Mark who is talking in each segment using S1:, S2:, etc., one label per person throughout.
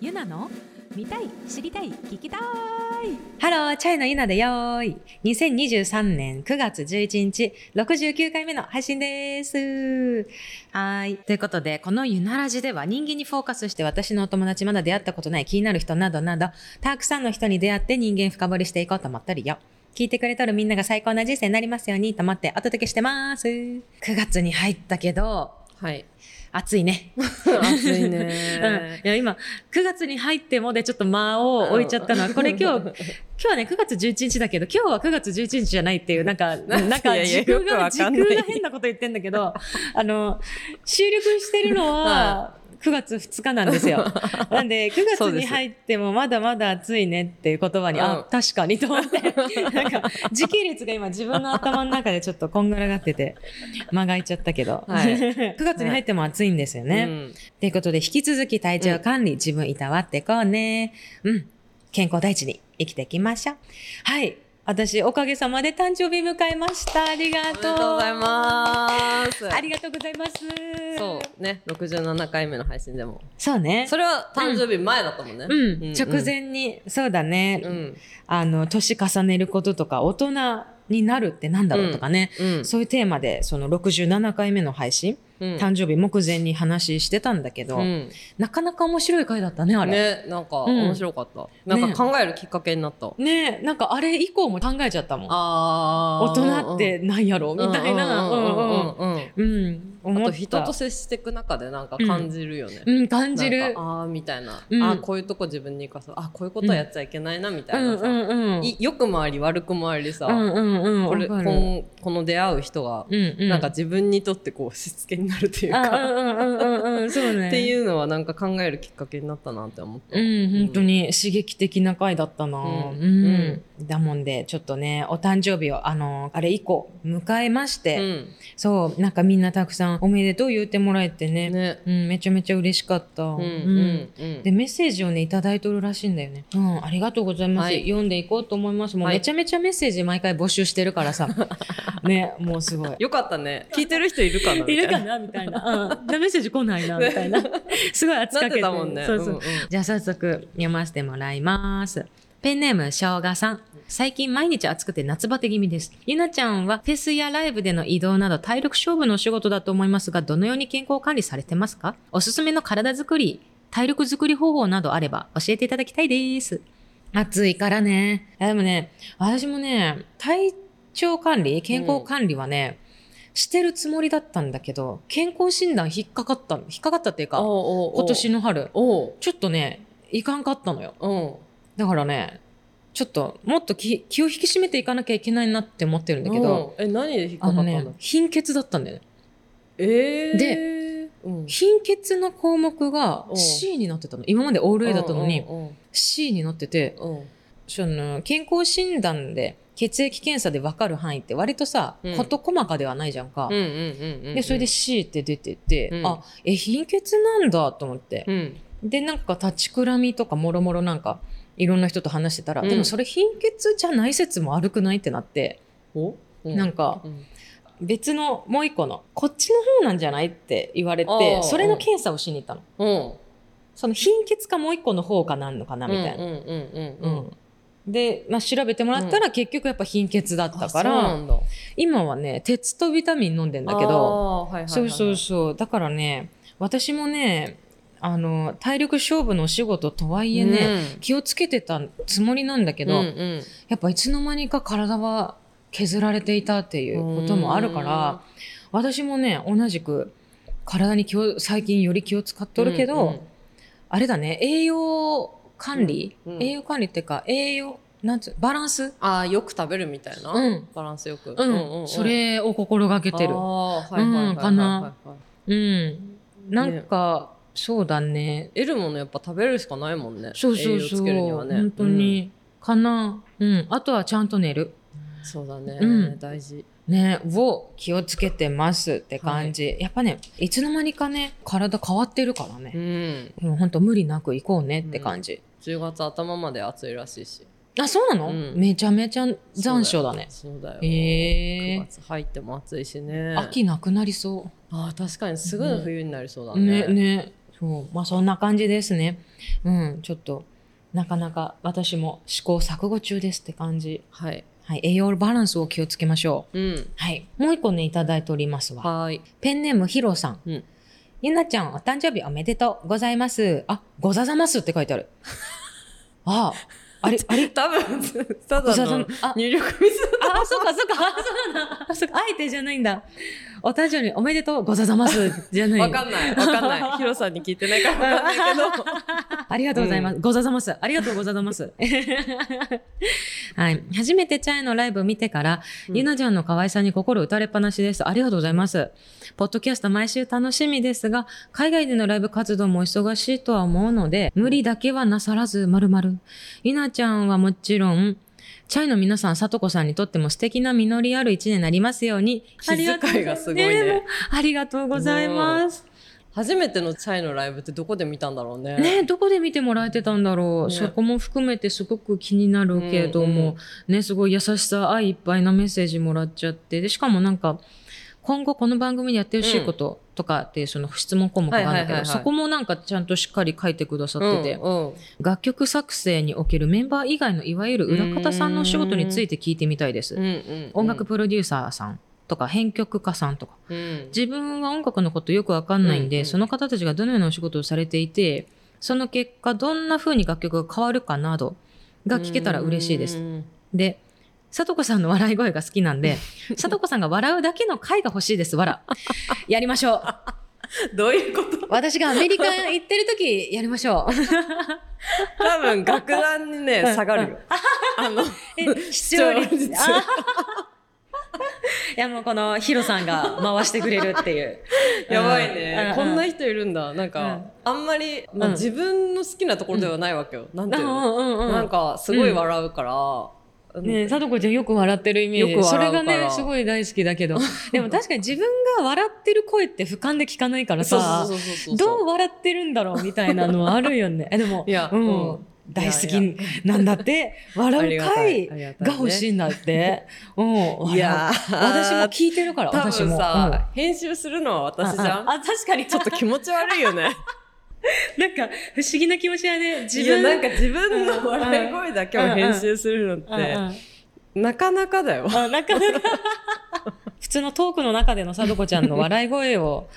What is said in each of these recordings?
S1: ゆなの見たい知りたい聞きたい
S2: ハロー、チャイのゆなでよーい。2023年9月11日、69回目の配信です。はーい。ということで、このゆなラジでは人間にフォーカスして私のお友達まだ出会ったことない気になる人などなど、たくさんの人に出会って人間深掘りしていこうと思ってるよ。聞いてくれとるみんなが最高な人生になりますようにと思ってお届けしてます。9月に入ったけど、
S3: はい。
S2: 暑いね。
S3: 暑い
S2: うん
S3: ね。
S2: いや今9月に入ってもでちょっと間を置いちゃったのは、これ今日今日はね9月11日だけど今日は9月11日じゃないっていうなんかなんか
S3: いやいや
S2: 時空
S3: よく
S2: が
S3: わ
S2: 時
S3: かんない
S2: 空が変なこと言ってんだけどあの収録してるのは
S3: は
S2: 9月2日なん ですよ。なんで9
S3: そう
S2: 月
S3: で
S2: に
S3: す
S2: 入ってもまだまだ暑いねっていう言葉に、
S3: うん
S2: あ確かにと思って なんか時系列が今自分の頭の中でちょっとこんがらがってて間が空いちゃったけど、
S3: はい
S2: 9月に入っても暑いんですよね。
S3: うん
S2: ということで、引き続き体調管理、自分いたわってこうね。うん。健康第一に生きていきましょう。はい。私、おかげさまで誕生日迎えました。ありが
S3: おめで
S2: とう。
S3: とうございます。
S2: ありがとうございます。
S3: そうね、六十七回目の配信でも。
S2: そうね。
S3: それは誕生日前だったもんね。
S2: うん、直。前に、そうだね、
S3: うん。
S2: あの、年重ねることとか、大人になるってなんだろうとかね。
S3: うん。
S2: そういうテーマで、その67回目の配信、
S3: うん
S2: 誕生日目前に話してたんだけど、
S3: うん
S2: なかなか面白い回だったね、あれ。
S3: ね、なんか面白かった。なんか考えるきっかけになった。
S2: ねえなんかあれ以降も考えちゃったもん
S3: あ
S2: 大人ってなんやろみたいなう
S3: う
S2: ん
S3: うん
S2: ん
S3: うんうん。
S2: うん
S3: あ
S2: 思
S3: と
S2: った
S3: 人と接していく中でなんか感じるよね。
S2: うん感じる
S3: なんかああみたいな、
S2: うん
S3: あこういうとこ自分に生かそうあこういうことはやっちゃいけないなみ
S2: う
S3: たい
S2: ん
S3: なさ、
S2: うんうん
S3: い良くもあり悪くもありさ、
S2: うんうんうん
S3: これこ
S2: わかる
S3: んこの出会う人が、
S2: うんうん
S3: なんか自分にとってこうしつけになるという
S2: あ
S3: か、
S2: うんうんうんうんうんそうね
S3: っていうのはなんか考えるきっかけになったなって思った。
S2: うん本当に刺激的な回だったな
S3: うん
S2: うんだもんでちょっとねお誕生日をあのあれ以降迎えまし
S3: う
S2: て
S3: ん
S2: そうなんかみんなたくさんおめでとう言ってもらえてね
S3: ね
S2: うんめちゃめちゃ嬉しかった
S3: うんう
S2: うん
S3: んうん
S2: でメッセージをねいただいとるらしいんだよね。うん、ありがとうございます。
S3: はい
S2: 読んでいこうと思います。もう
S3: はい
S2: めちゃめちゃメッセージ毎回募集してるから さ、ね、もうすごい。
S3: よかったね聞いてる人いるかなみたい
S2: い
S3: な
S2: るかなみたいな。 うん、メッセージ来ないなみたいな。すごい扱か
S3: なっ
S2: け
S3: てたもんね。
S2: そうそう。
S3: んん
S2: じゃあ早速読ませてもらいます。ペンネーム、しょうがさん。最近毎日暑くて夏バテ気味です。ゆなちゃんはフェスやライブでの移動など体力勝負のお仕事だと思いますが、どのように健康管理されてますかおすすめの体づくり、体力づくり方法などあれば教えていただきたいです。暑いからね。あでもね、私もね、体調管理、健康管理はね、してるつもりだったんだけど、健康診断引っかかった、引っかかったっていうか、
S3: おうおうおう
S2: 今年の春。
S3: おう
S2: ちょっとね、いかんかったのよ。
S3: うん
S2: だからね、ちょっともっと気気を引き締めていかなきゃいけないなって思ってるんだけど、
S3: うんえ何で引っかか
S2: あ
S3: った
S2: の
S3: んだ
S2: ね、貧血だったんだよね。
S3: えー、
S2: で、
S3: うん、
S2: 貧血の項目が
S3: おう
S2: C になってたの。今までオール A だったのに
S3: うん
S2: C になってて、
S3: うんうんうん
S2: その健康診断で血液検査で分かる範囲って割とさ、
S3: うん
S2: 事細かではないじゃんか。
S3: うんうんうんうん
S2: で、それで C って出てて、
S3: うん
S2: あ、え、貧血なんだと思って。
S3: うん
S2: でなんか立ちくらみとかもろもろなんかいろんな人と話してたら、
S3: うん
S2: でもそれ貧血じゃない説も悪くないってなって、
S3: お
S2: なんか
S3: うん
S2: 別のもう一個のこっちの方なんじゃないって言われ
S3: あ
S2: て
S3: ー
S2: それの検査をしに行ったの、
S3: うん
S2: その貧血かもう一個の方かなんのかなみたいな、
S3: うんうんうん
S2: う
S3: うんん
S2: で、まあ、調べてもらったら結局やっぱ貧血だった
S3: だ
S2: か
S3: から
S2: ら、
S3: んだ
S2: 今はね鉄とビタミン飲んでんだけど
S3: ど、はいはいはいはい
S2: そうそうそうだからね私もねあの体力勝負のお仕事とはいえね、気をつけてたつもりなんだけ
S3: け
S2: ど、
S3: うんうん
S2: やっぱいつの間にか体は削られていたっていうこともあるから私もね同じく体に気を最近より気を使っとるけど、
S3: うんうん
S2: あれだね栄養管理、
S3: うんうん
S2: 栄養管理っていうか栄養なんつうバランス
S3: ああよく食べるみたいな、
S2: うん
S3: バランスよく、
S2: うん、それを心がけ
S3: 出
S2: てる
S3: あーはいはいはいはいはい、
S2: うんかなうんなんか、そうだね
S3: 得るものやっぱ食べるしかないもんね
S2: そうそうそう、
S3: 栄養つけるにはね
S2: 本当、に、かなうんあとはちゃんと寝る
S3: うんそうだね、
S2: うん
S3: 大事
S2: ね、を気をつけてますって感じ、やっぱねいつの間にかね体変わってるから
S3: う
S2: ね、
S3: ん
S2: もうほんと無理なく行こうねって感じ、
S3: 10月頭まで暑いらしいし
S2: あそうなの、
S3: うん
S2: めちゃめちゃ残暑だね
S3: そうだよ
S2: へえ
S3: 9月入っても暑いしね
S2: 秋なくなりそ
S3: あー確かにすぐの冬になりそうだ
S2: うね
S3: ね
S2: ねそう。まあそんな感じですね。うん。ちょっと、なかなか私も試行錯誤中ですって感じ。
S3: はい。
S2: はい。栄養バランスを気をつけましょう。
S3: うん。
S2: はい。もう一個ね、いただいておりますわ。
S3: はーい。
S2: ペンネームヒロさん。
S3: うん
S2: ゆなちゃん、お誕生日おめでとうございます。あ、ござざますって書いて ある。ああ、あれ、あれ、
S3: 多分、た
S2: ご
S3: だ
S2: ざざ
S3: の
S2: ま、 あ、
S3: 入力ミス。
S2: あ、そうか、そうか、あそうなんだ。あ、そうか、あえてじゃないんだ。お誕生日おめでとうござざますじゃない。
S3: わかんない。わかんない。ヒロさんに聞いてないからわかんないけど。
S2: ありがとうございます。ござざます。ありがとうござざます。 はい。初めてチャイのライブを見てから、
S3: うん
S2: ゆなちゃんの可愛さに心打たれっぱなしです。ありがとうございます。ポッドキャスト毎週楽しみですが、海外でのライブ活動もお忙しいとは思うので、無理だけはなさらず、まるまる。ゆなちゃんはもちろん、チャイの皆さん、さとこさんにとっても素敵な実りある一年になりますように。
S3: 気遣いがすごいね
S2: ありがとう。もうありがとうございます。
S3: 初めてのチャイのライブってどこで見たんだろうね。
S2: ね、どこで見てもらえてたんだろう、
S3: ね
S2: そこも含めてすごく気になるけども、ねすごい優しさ愛いっぱいなメッセージもらっちゃってでしかもなんか今後この番組でやってほしいこととかっていうその質問項目があるんだけど、
S3: はいはいはいはい
S2: そこもなんかちゃんとしっかり書いてくださってて、
S3: うんうん
S2: 楽曲作成におけるメンバー以外のいわゆる裏方さんのお仕事について聞いてみたいです、
S3: うんうん、
S2: 音楽プロデューサーさんとか編曲家さんとか
S3: うん、
S2: 自分は音楽のことよくわかんないんで、
S3: うんうん
S2: その方たちがどのようなお仕事をされていてその結果どんな風に楽曲が変わるかなどが聞けたら嬉しいです。
S3: うん
S2: でさとこさんの笑い声が好きなん でさとこさんが笑うだけの回が欲しいですわら やりましょう
S3: どういうこと
S2: 私がアメリカ行ってる時やりましょう
S3: 多分楽団にね、下がるよ。あ の、
S2: え視聴率
S3: 視聴率
S2: あいやもうこのヒロさんが回してくれるっていう
S3: やばいうね。
S2: う
S3: こんな人いるんだ。なんか、
S2: うん
S3: あんまり、まあ
S2: うん
S3: 自分の好きなところではないわけよ。なんていうの、
S2: うんうんうんうん
S3: なんか、すごい笑うから。
S2: ねえ、さとこちゃんよく笑ってるイメージ。
S3: よく
S2: それ
S3: 笑うか
S2: が
S3: ら
S2: ね、すごい大好きだけ ど。でも確かに自分が笑ってる声って俯瞰で聞かないから
S3: そう
S2: さ
S3: そ、うそうそうそう。
S2: どう笑ってるんだろうみたいなのはあるよ ね。えでも、
S3: いや
S2: うん
S3: うん
S2: 大好きなんだって、
S3: あ
S2: 笑
S3: り
S2: う
S3: がた
S2: 回
S3: いあ
S2: が
S3: りがたいね
S2: 欲しいんだって。うん、笑う
S3: いやー
S2: 私も聞いてるから、
S3: 多分
S2: 私も。
S3: さ、編集するのは
S2: うん
S3: 私じゃん
S2: あ、あ確かに、
S3: ちょっと気持ち悪いよね。
S2: なんか不思議な気持ちはね、 自
S3: い
S2: 分
S3: やなんか自分の笑い声だけを編集するのっ
S2: うんうん
S3: てなかなかだよ。
S2: あなかなか普通のトークの中でのさどこちゃんの笑い声を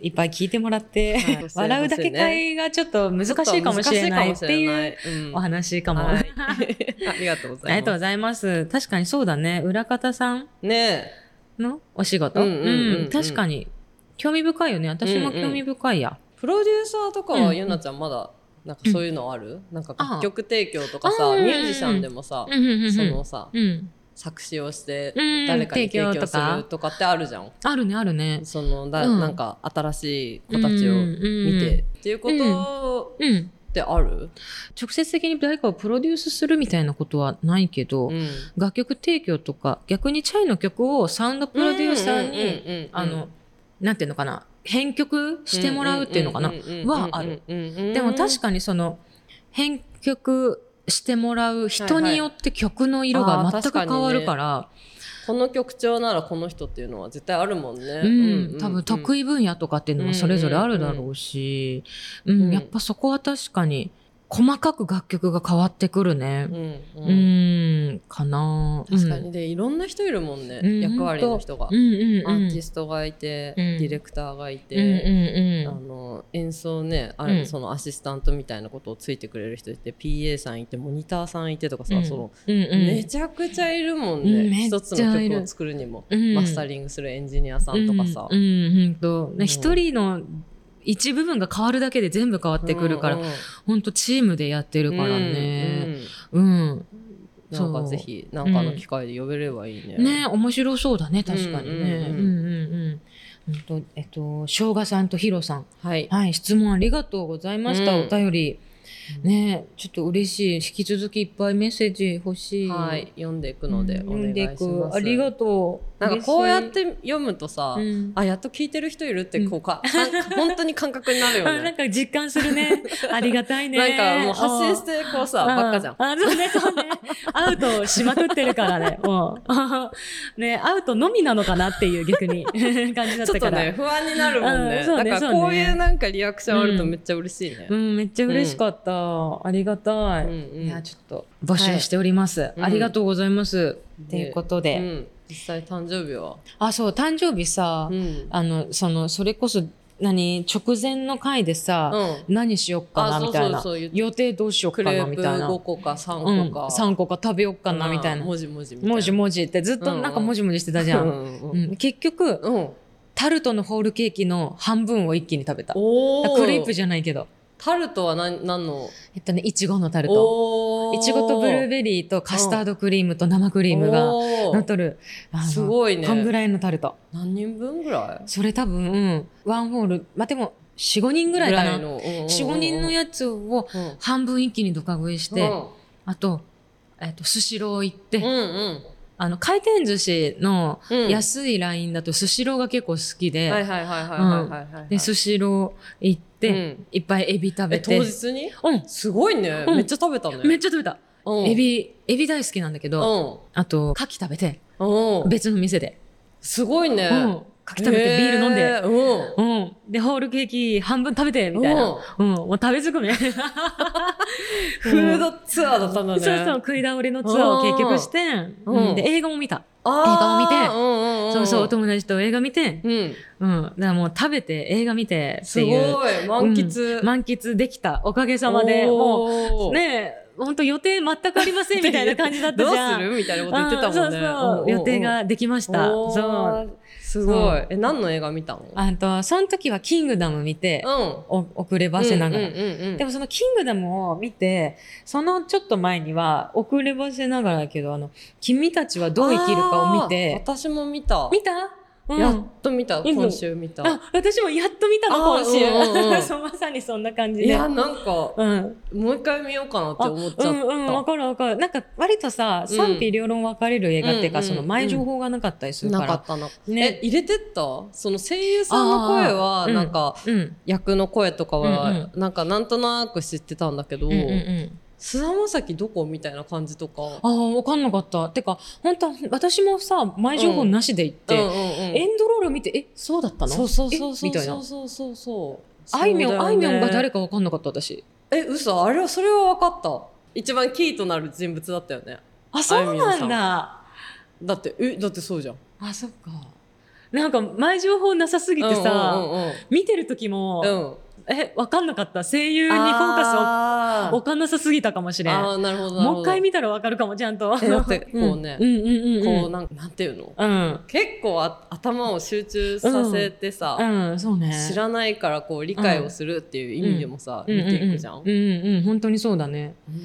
S2: いっぱい聞いてもらって、
S3: はい
S2: 笑うだけ会がちょっと難しいかもしれないっていう
S3: うん
S2: お話かも。
S3: はい
S2: あ
S3: ありがとうござ
S2: り
S3: い
S2: がとうご
S3: ま
S2: ざいます。確かにそうだね。裏方さん
S3: す。ね
S2: のお仕事。
S3: うんうんうんうん
S2: うん確かに。興味深いよね。私も興味深いや。
S3: プロデューサーとか
S2: うんう
S3: は
S2: ん
S3: ゆなちゃんまだなんかそういうのあるなんか楽曲提供とか
S2: あ
S3: さ
S2: あー
S3: ミュージシャンでもさ
S2: うんうんうんうん
S3: そのさ
S2: うん。
S3: 作詞をして
S2: うん
S3: 誰かに提供
S2: 提供と
S3: す
S2: か
S3: るとかってあるじゃん。
S2: あるね、あるね。
S3: そのだ
S2: うん
S3: なんか新しい子たちを
S2: うんうん
S3: 見てっていうこと
S2: うんうん。
S3: ってある
S2: 直接的に誰かをプロデュースするみたいなことはないけど、
S3: うん
S2: 楽曲提供とか逆にチャイの曲をサウンドプロデューサーに、
S3: うんうんうんうん
S2: あのなんていうのかな編曲してもらうっていうのかな、はあるで
S3: で
S2: も確かにその編曲してもらう人によって曲の色が全く変わるから、
S3: この曲調ならこの人っていうのは絶対あるもんね。
S2: うん多分
S3: 意
S2: 得意分野とかっていうのもそれぞれあるだろうし、うん
S3: うん
S2: やっぱそこは確かに細かく楽曲が変わってくるね
S3: う。ん
S2: う
S3: うん
S2: ん、かな
S3: 確かにでいろんな人いるもんね、
S2: うん
S3: 役割の人が
S2: う。んうんうん
S3: アーティストがいて、
S2: うん
S3: ディレクターがい
S2: うん
S3: て、
S2: うんうん
S3: あの演奏ねあ
S2: うん
S3: そのアシスタントみたいなことをついてくれる人いて PA さんいてモニターさんいてとかさ、
S2: うん
S3: その
S2: うんうん
S3: めちゃくちゃいるもん
S2: うん
S3: ね
S2: めっちゃいる
S3: 一つの曲を作るにも、
S2: うん
S3: マスタリングするエンジニアさんとかさ。
S2: うん、うんうんと
S3: うん
S2: ね、一人の一部分が変わるだけで全部変わってくるから、
S3: うんうん
S2: ほんとチームでやってるからね。う
S3: うん
S2: ん、
S3: なん
S2: そ
S3: か
S2: う
S3: ぜひなんかの機会で呼べればいいね。
S2: ね、面白そうだね、確かにね。
S3: う
S2: うんん
S3: う
S2: うんんうん。ほんと、えっと、しょうがさんとひろさん。
S3: はい。
S2: はい、質問ありがとうございました。
S3: うん
S2: お便り。ねえちょっと嬉しい引き続きいっぱいメッセージ欲しい、
S3: はい、読んでいくので
S2: う
S3: お
S2: ん
S3: 願いします。
S2: 読んでいくありがとう
S3: なんかこうやっ
S2: 嬉して
S3: 読むとさ、
S2: いうん
S3: あやっと聞いてる人いるってこ うか、か本当に感覚になるよ
S2: あなん
S3: ね。
S2: か実感する ねありがたいね
S3: なんかもう発生してこうさ
S2: あ
S3: ばっかじゃん。
S2: あそうねそうねアウトしまくってるからねもう ねアウトのみなのかなっていう逆に 感じだっ
S3: ち
S2: た
S3: ょっ
S2: か
S3: と
S2: ら
S3: ね不安になるもん
S2: うん
S3: ね。
S2: そう
S3: だ
S2: ね
S3: から
S2: そうね
S3: こういうなんかリアクションあるとめっちゃ嬉しいね
S2: う。んめっちゃ嬉しかった、ありがたい、
S3: うんうん
S2: いやちょっと募集しております、
S3: い
S2: ありがとうございます、
S3: ん
S2: っていうことで、
S3: うん実際誕生日は。
S2: あそう誕生日さ、
S3: うん。
S2: あのそのそれこそ何直前の回でさ、
S3: うん
S2: 何しよっかな
S3: あそう
S2: みたいな
S3: そうそう言って
S2: 予定どうしよっ
S3: ク
S2: か
S3: レ
S2: な
S3: ー
S2: み
S3: プ
S2: たいな
S3: 5個か3個か。
S2: うん、3個か食べよっかなみたいな
S3: 文字文字みたいな。
S2: もじもじってずっとなんかもじもじしてたじゃん、
S3: う
S2: うん
S3: んうん
S2: 結局
S3: うん。
S2: タルトのホールケーキの半分を一気に食べた
S3: お
S2: だから
S3: お。
S2: クレープじゃないけど
S3: タルトは何何の
S2: えっとねいちごのタルト
S3: お
S2: いちごとブルー
S3: ベ
S2: ベリーとカスタードクリームと生クリームがなっとるあの
S3: すごいね
S2: こんぐらいのタルト
S3: 何人分ぐらい
S2: それ多分、うんワンホールまあでも45人ぐらいかな
S3: の45
S2: 45人のやつを
S3: つっ
S2: 半分一気にドカ食いして、あと、えっと、スシロー行って、
S3: うんうん
S2: あの、回転寿司の
S3: うん
S2: 安いラインだとスシローが結構好きで、
S3: はいはいはいはいはいはいはい
S2: で、スシロー行って、
S3: うん
S2: いっぱいエビ食べ
S3: え
S2: て、
S3: 当日に
S2: う
S3: すごいね
S2: うん
S3: めっちゃ食べたね
S2: ん、めっちゃ食べた。
S3: うん
S2: エビ、エビ大好きなんだけ
S3: う
S2: ど、
S3: ん
S2: あと、牡蠣食べて、
S3: うん
S2: 別の店で。
S3: すごいね
S2: うん。牡蠣食べてビール飲ん
S3: へ
S2: で、
S3: ーうん
S2: うん。で、ホールケーキ半分食べて、みたいな。うん、もう食べず くめ。フ
S3: フー
S2: ド
S3: ドツアーだったんだね
S2: そうそう、食い倒れのツアーを結局して、
S3: うん
S2: うんで、映画も見た。
S3: あー
S2: 映画
S3: うんんん
S2: そうそう、お友達と映画見て、
S3: うん
S2: うん。だからもう食べて、映画見てっ
S3: す
S2: ていう。
S3: ごい満
S2: う
S3: 喫
S2: ん 満喫できた。おかげさまで、も
S3: お
S2: う、
S3: ー
S2: ねえ、ほんと予定全くありませんみたいな感じだったじゃん。
S3: どうするみたいなこと
S2: う
S3: 言ってたもんね。
S2: んそうそう、予定ができました。
S3: お
S2: そ
S3: ー
S2: う。
S3: すごい。え、何の映画見たの
S2: あと、その時はキングダム見て、
S3: うん。
S2: お遅ればせながら。
S3: うんうんうんうん
S2: でもそのキングダムを見て、そのちょっと前には、遅ればせながらだけど、あの、君たちはどう生きるかを見
S3: あー
S2: て、
S3: 私も見た。
S2: 見たうん
S3: やっと見た。
S2: いいの
S3: 今週見た。
S2: あ、私もやっと見たの、
S3: あ
S2: 今
S3: ー
S2: 週。
S3: うんうんうん
S2: そうまさにそんな感じで。
S3: いや、なんか、も
S2: うん。
S3: う一回見ようかなって
S2: あ
S3: 思っちゃ
S2: うんうん、わ
S3: っ
S2: かるわかる。なんか、割とさ、
S3: うん
S2: 賛否両論分かれる映画っていうか、
S3: うんうん
S2: その前情報がなかったりする
S3: た。
S2: か
S3: な
S2: ら。
S3: かったな。え
S2: ね、。
S3: 入れてったその声優さんの声
S2: あ
S3: は、
S2: ー
S3: なんか、
S2: うん。
S3: 役の声とか
S2: うん
S3: は、なんか、なんとなく知ってたんだけど
S2: うんう、んうん。
S3: 菅田将暉どこみたいな感じとか。
S2: ああ、わかんなかった。てか、本当私もさ、前情報なしで行っ
S3: うんう
S2: て、
S3: んうん
S2: エンドロール見て、え、そうだったの
S3: そうそうそう
S2: え
S3: そう
S2: みたい
S3: そ
S2: な
S3: う。そうそうそう
S2: あいみょん、あいみょんが誰
S3: か
S2: かわかんなかった、私。
S3: え嘘あれはそれは分かった一番キーとなる人物だったよね
S2: あ、
S3: そ
S2: そうう
S3: な
S2: なんんだ。
S3: だってえだってそうじゃん
S2: あ、そっか。なんか、前情報なさすぎてさ、
S3: うんうん
S2: 見てる時も、
S3: うんうん
S2: え、わかんなかった。声優にフォーカスを
S3: あー
S2: 置かなさすぎたかもしれん。
S3: あーなるほどなるほど
S2: もう一回見たらわかるかも、ちゃんと。
S3: え だってこうね
S2: うんうんうんうん。
S3: こうなんなんていうの
S2: うん。
S3: 結構あ頭を集中させてさ、
S2: うん、そうね。
S3: 知らないからこう理解をするっていう意味でもさ、
S2: うん
S3: 見ていくじゃん、
S2: うんうんうんうん、本当にそうだね。
S3: うん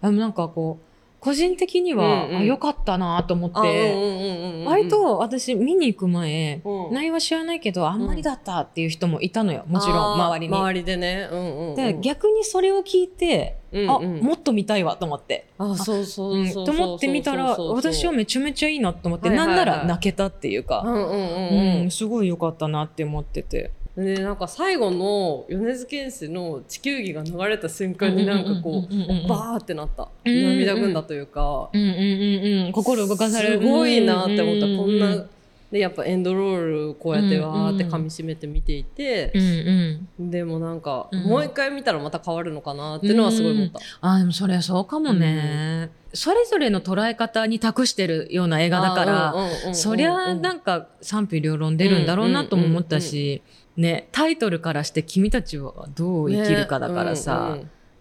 S2: あの、なんかこう、個人的には、
S3: うんうん
S2: あ良かったなと思っ
S3: あうん
S2: て、
S3: うんうんうんうん
S2: 割と私見に行く前、
S3: うん
S2: 内容は知らないけど、あんまりだったっていう人もいたのよ。もちろん、
S3: あー
S2: 周りに。
S3: 周りでね、うんうんうん、
S2: で逆にそれを聞いて、
S3: うんうん
S2: あ、もっと見たいわと思って。
S3: あそうそううんそうそうそうそう
S2: と思ってみたら、私はめちゃめちゃいいなと思って、
S3: はいはいはい
S2: なんなら泣けたっていうか。
S3: うんうんうん
S2: う
S3: うん
S2: ん、すごい良かったなって思ってて。
S3: でなんか最後の米津玄師の地球儀が流れた瞬間になんかこう、
S2: うんうんうんうん
S3: バーってなった、
S2: うんうんうん
S3: 涙ぐんだというか、
S2: うんうんうんうん、心動かされる。
S3: すごいなって思った、
S2: うんうんうん
S3: こんなでやっぱエンドロールこうやってわーって噛み締めて見ていて
S2: う、んうん。
S3: でもなんか、
S2: うん
S3: もう一回見たらまた変わるのかなっていうのはすごい思った、
S2: あ、でもそれはそうかもね。それぞれの捉え方に託してるような映画だから、
S3: ら
S2: そりゃなん
S3: か
S2: んか賛否両論出るんだろうなとも思ったし、ね、タイトルからして君たちはどう生きるかだからさ、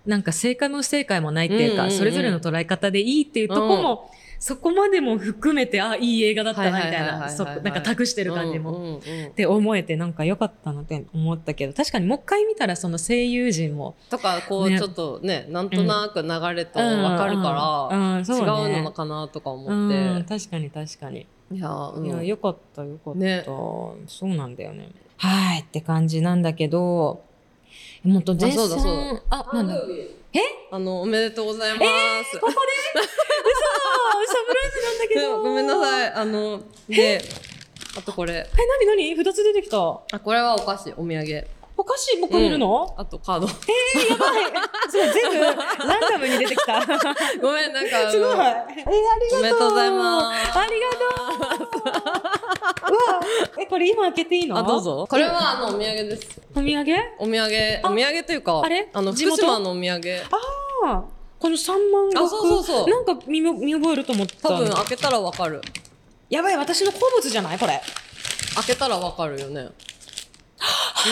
S2: なんか正解も不正解もないっていう
S3: うんうん
S2: か、
S3: うん
S2: それぞれの捉え方でいいっていうとこも、そこまでも含めて、あ、いい映画だったな、みたい
S3: はいはいはいはいは
S2: な、
S3: い
S2: そなんか託して
S3: て
S2: る感じも。
S3: うんうんうん
S2: って思えてなんか良かったなって思ったけど確かにもう一回見たらその声優陣も
S3: とかこう
S2: ね
S3: ちょっとねなんとなく流れと分かるから、
S2: うんうんそうね
S3: 違うのかなとか思って、
S2: うん確かに確かに、
S3: いやー、うん
S2: いや良かった良かった、
S3: ね
S2: そうなんだよねはいって感じなんだけどもっと
S3: あ
S2: 絶
S3: そうだそう
S2: 賛あなんだえ
S3: あの、おめでとうございます。
S2: ここで嘘サプライズなんだけ
S3: で
S2: ど
S3: ごめん ないさい。あの、で、あとこれ。
S2: え、なになに二つ出てきた。お
S3: あ、これはお菓子、お土産。
S2: 菓子僕いるの、
S3: あとカード。
S2: やばい。 そう、全部、ランダムに出てきた。す
S3: ごめん、なんか、あ
S2: ご
S3: の
S2: い。え、ありがとう。
S3: おめでとうございます
S2: ありがとう。うわ、え、これ今開けていいの
S3: あ、どう。ぞ。これは、あの、お土産です。
S2: お土産
S3: お土産、お土産というか、
S2: あれ
S3: の、
S2: 地
S3: 福
S2: 元
S3: 島のお土産。
S2: ああ、この三万石。
S3: あそうそうそう
S2: なんか見も見覚えると思った。
S3: 多分、開けたらわかる。
S2: やばい、私の好物じゃないこれ。
S3: 開けたらわかる よね。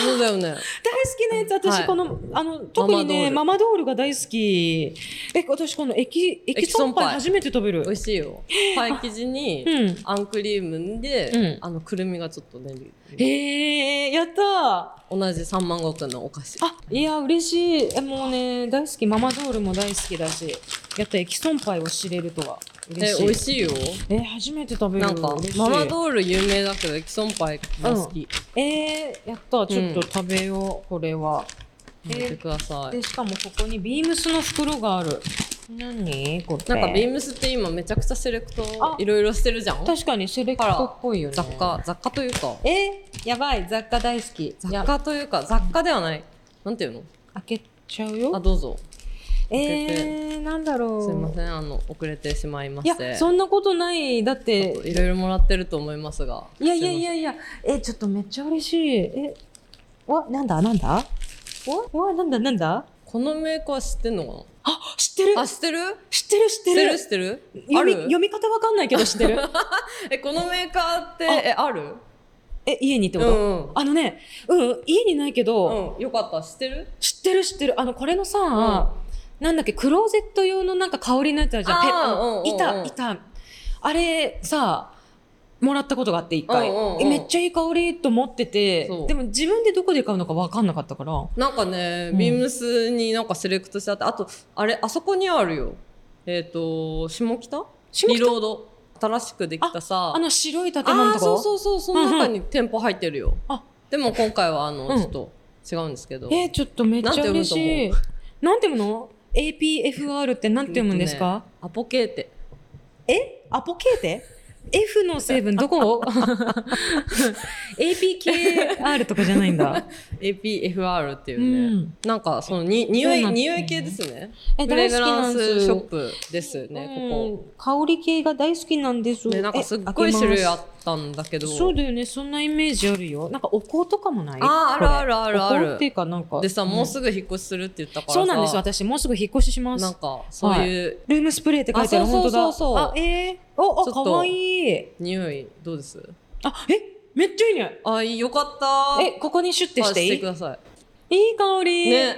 S3: そうだよね。
S2: 大好きなやつ、
S3: は
S2: 私
S3: い
S2: この、あの、特にね、
S3: マ
S2: ママドールが大好き。え、私この駅、駅
S3: 駅そ
S2: そ
S3: ん
S2: ん
S3: ぱい
S2: ぱい初めて食べる
S3: 美。味しいよ。パイ生地に、
S2: うん。
S3: あんクリームで、
S2: うん
S3: あの、くるみがちょっとね、
S2: へえ、やったー。
S3: 同じ三万石のお菓子。
S2: あいや嬉しいえもうね大好きママドールも大好きだしやったエキソンパイを知れるとは嬉
S3: え、
S2: しい
S3: 美味しいよ。
S2: え初めて食べる
S3: なんか
S2: 嬉し、い
S3: ママドール有名だけど、エキソンパイが好き。
S2: えー、やったちょっと食べよう、これはうん
S3: 見てください
S2: で。しかもここにビームスの袋がある何これ
S3: なんか、ビームスって今めちゃくちゃセレクト
S2: あ
S3: いろいろしてるじゃん
S2: 確かにセレクトっぽいよね
S3: 雑貨、雑貨というか、
S2: えー、やばい雑貨大好き
S3: 雑
S2: や
S3: 貨というか、雑貨ではない。なんていうの
S2: 開けちゃう
S3: あ、
S2: よ
S3: どうぞ。
S2: えー、なんだろう
S3: すいません、あの、遅れてしまい
S2: い
S3: まし
S2: や
S3: て。
S2: そんなことないだって
S3: いろいろもらってると思いますが。
S2: いやいやいやいや、え、ちょっとめっちゃ嬉しい。え、わ、なんだなんだおわ、なんだなんだ
S3: このメーカー知ってんのか
S2: あ、知ってる
S3: なあ、知ってる
S2: 知ってる知っ
S3: 知っててる
S2: る
S3: 知ってるあ
S2: 読み
S3: る
S2: 読み方わかんないけど知 ってる
S3: え、このメーカーって、
S2: あ
S3: え、ある
S2: え、家にって
S3: う
S2: こと、
S3: んうん。
S2: あのね、うん、家にないけど、
S3: うん、よかった。知ってる
S2: 知ってる知ってる。あの、これのさ、
S3: うんあ
S2: なんだっけ、クローゼット用のなんか香りのやつあるじゃん。
S3: あー
S2: ペあ
S3: うんうん
S2: の
S3: うん
S2: 板、板。あれ、さ、もらったことがあって一回、
S3: うんうんうん
S2: えめっちゃいい香りと思ってて
S3: そう
S2: でも自分でどこで買うのかわかんなかったから
S3: なんかね、
S2: うん
S3: ビームスになんかセレクトしてあって、あと、あれ、あそこにあるよ。えっ、と、下北
S2: 下北
S3: リロード。新しくできたさ。
S2: あの白い建
S3: あ
S2: 物と
S3: ー
S2: か
S3: そうそうそう、その
S2: うんうん
S3: 中に店舗入ってるよ。
S2: あ
S3: でも今回は、あの、
S2: うん
S3: ちょっと違うんですけど。
S2: えー、ちょっとめっちゃ嬉しい
S3: なんて読む
S2: なんて読
S3: と。
S2: むの ?APFR ってなんて読むんですか、
S3: アポケーテ。
S2: えアポケーテ ?F の成分ど こ ?APKR とかじゃないんだ。
S3: APFR っていううね。
S2: ん、
S3: なんか、そのに、匂
S2: そう
S3: い、
S2: なんですね
S3: 匂い系ですね。
S2: え
S3: フレグランスショッ
S2: プ
S3: プですね、こ
S2: 香り系が大好きなんです。
S3: こ。ね、なんか
S2: え
S3: すっごい種類
S2: 開
S3: あったんだけ
S2: け
S3: ど。
S2: ますそうだよね、そんなイメージあるよ。なんかお香とかもない
S3: あー
S2: これ
S3: あるあるあるある
S2: お香っていうかなんか。
S3: でさ、もう
S2: ぐ、
S3: すぐ引っ越しするって言ったからさ。
S2: そうなんです、私。もうすぐ引っ越しします。
S3: なんか、そういう
S2: ルームスプレーって書いてある。
S3: あそうそうそうそう
S2: 本当だあ、えー、お、
S3: ちょっ
S2: あ、
S3: と
S2: かわいい。
S3: 匂い、どうです
S2: あ、え、めっちゃいいね。
S3: あ、よかった
S2: え、ここにシュッて
S3: あ
S2: していい
S3: くださ
S2: いい香
S3: い。
S2: り。
S3: ね。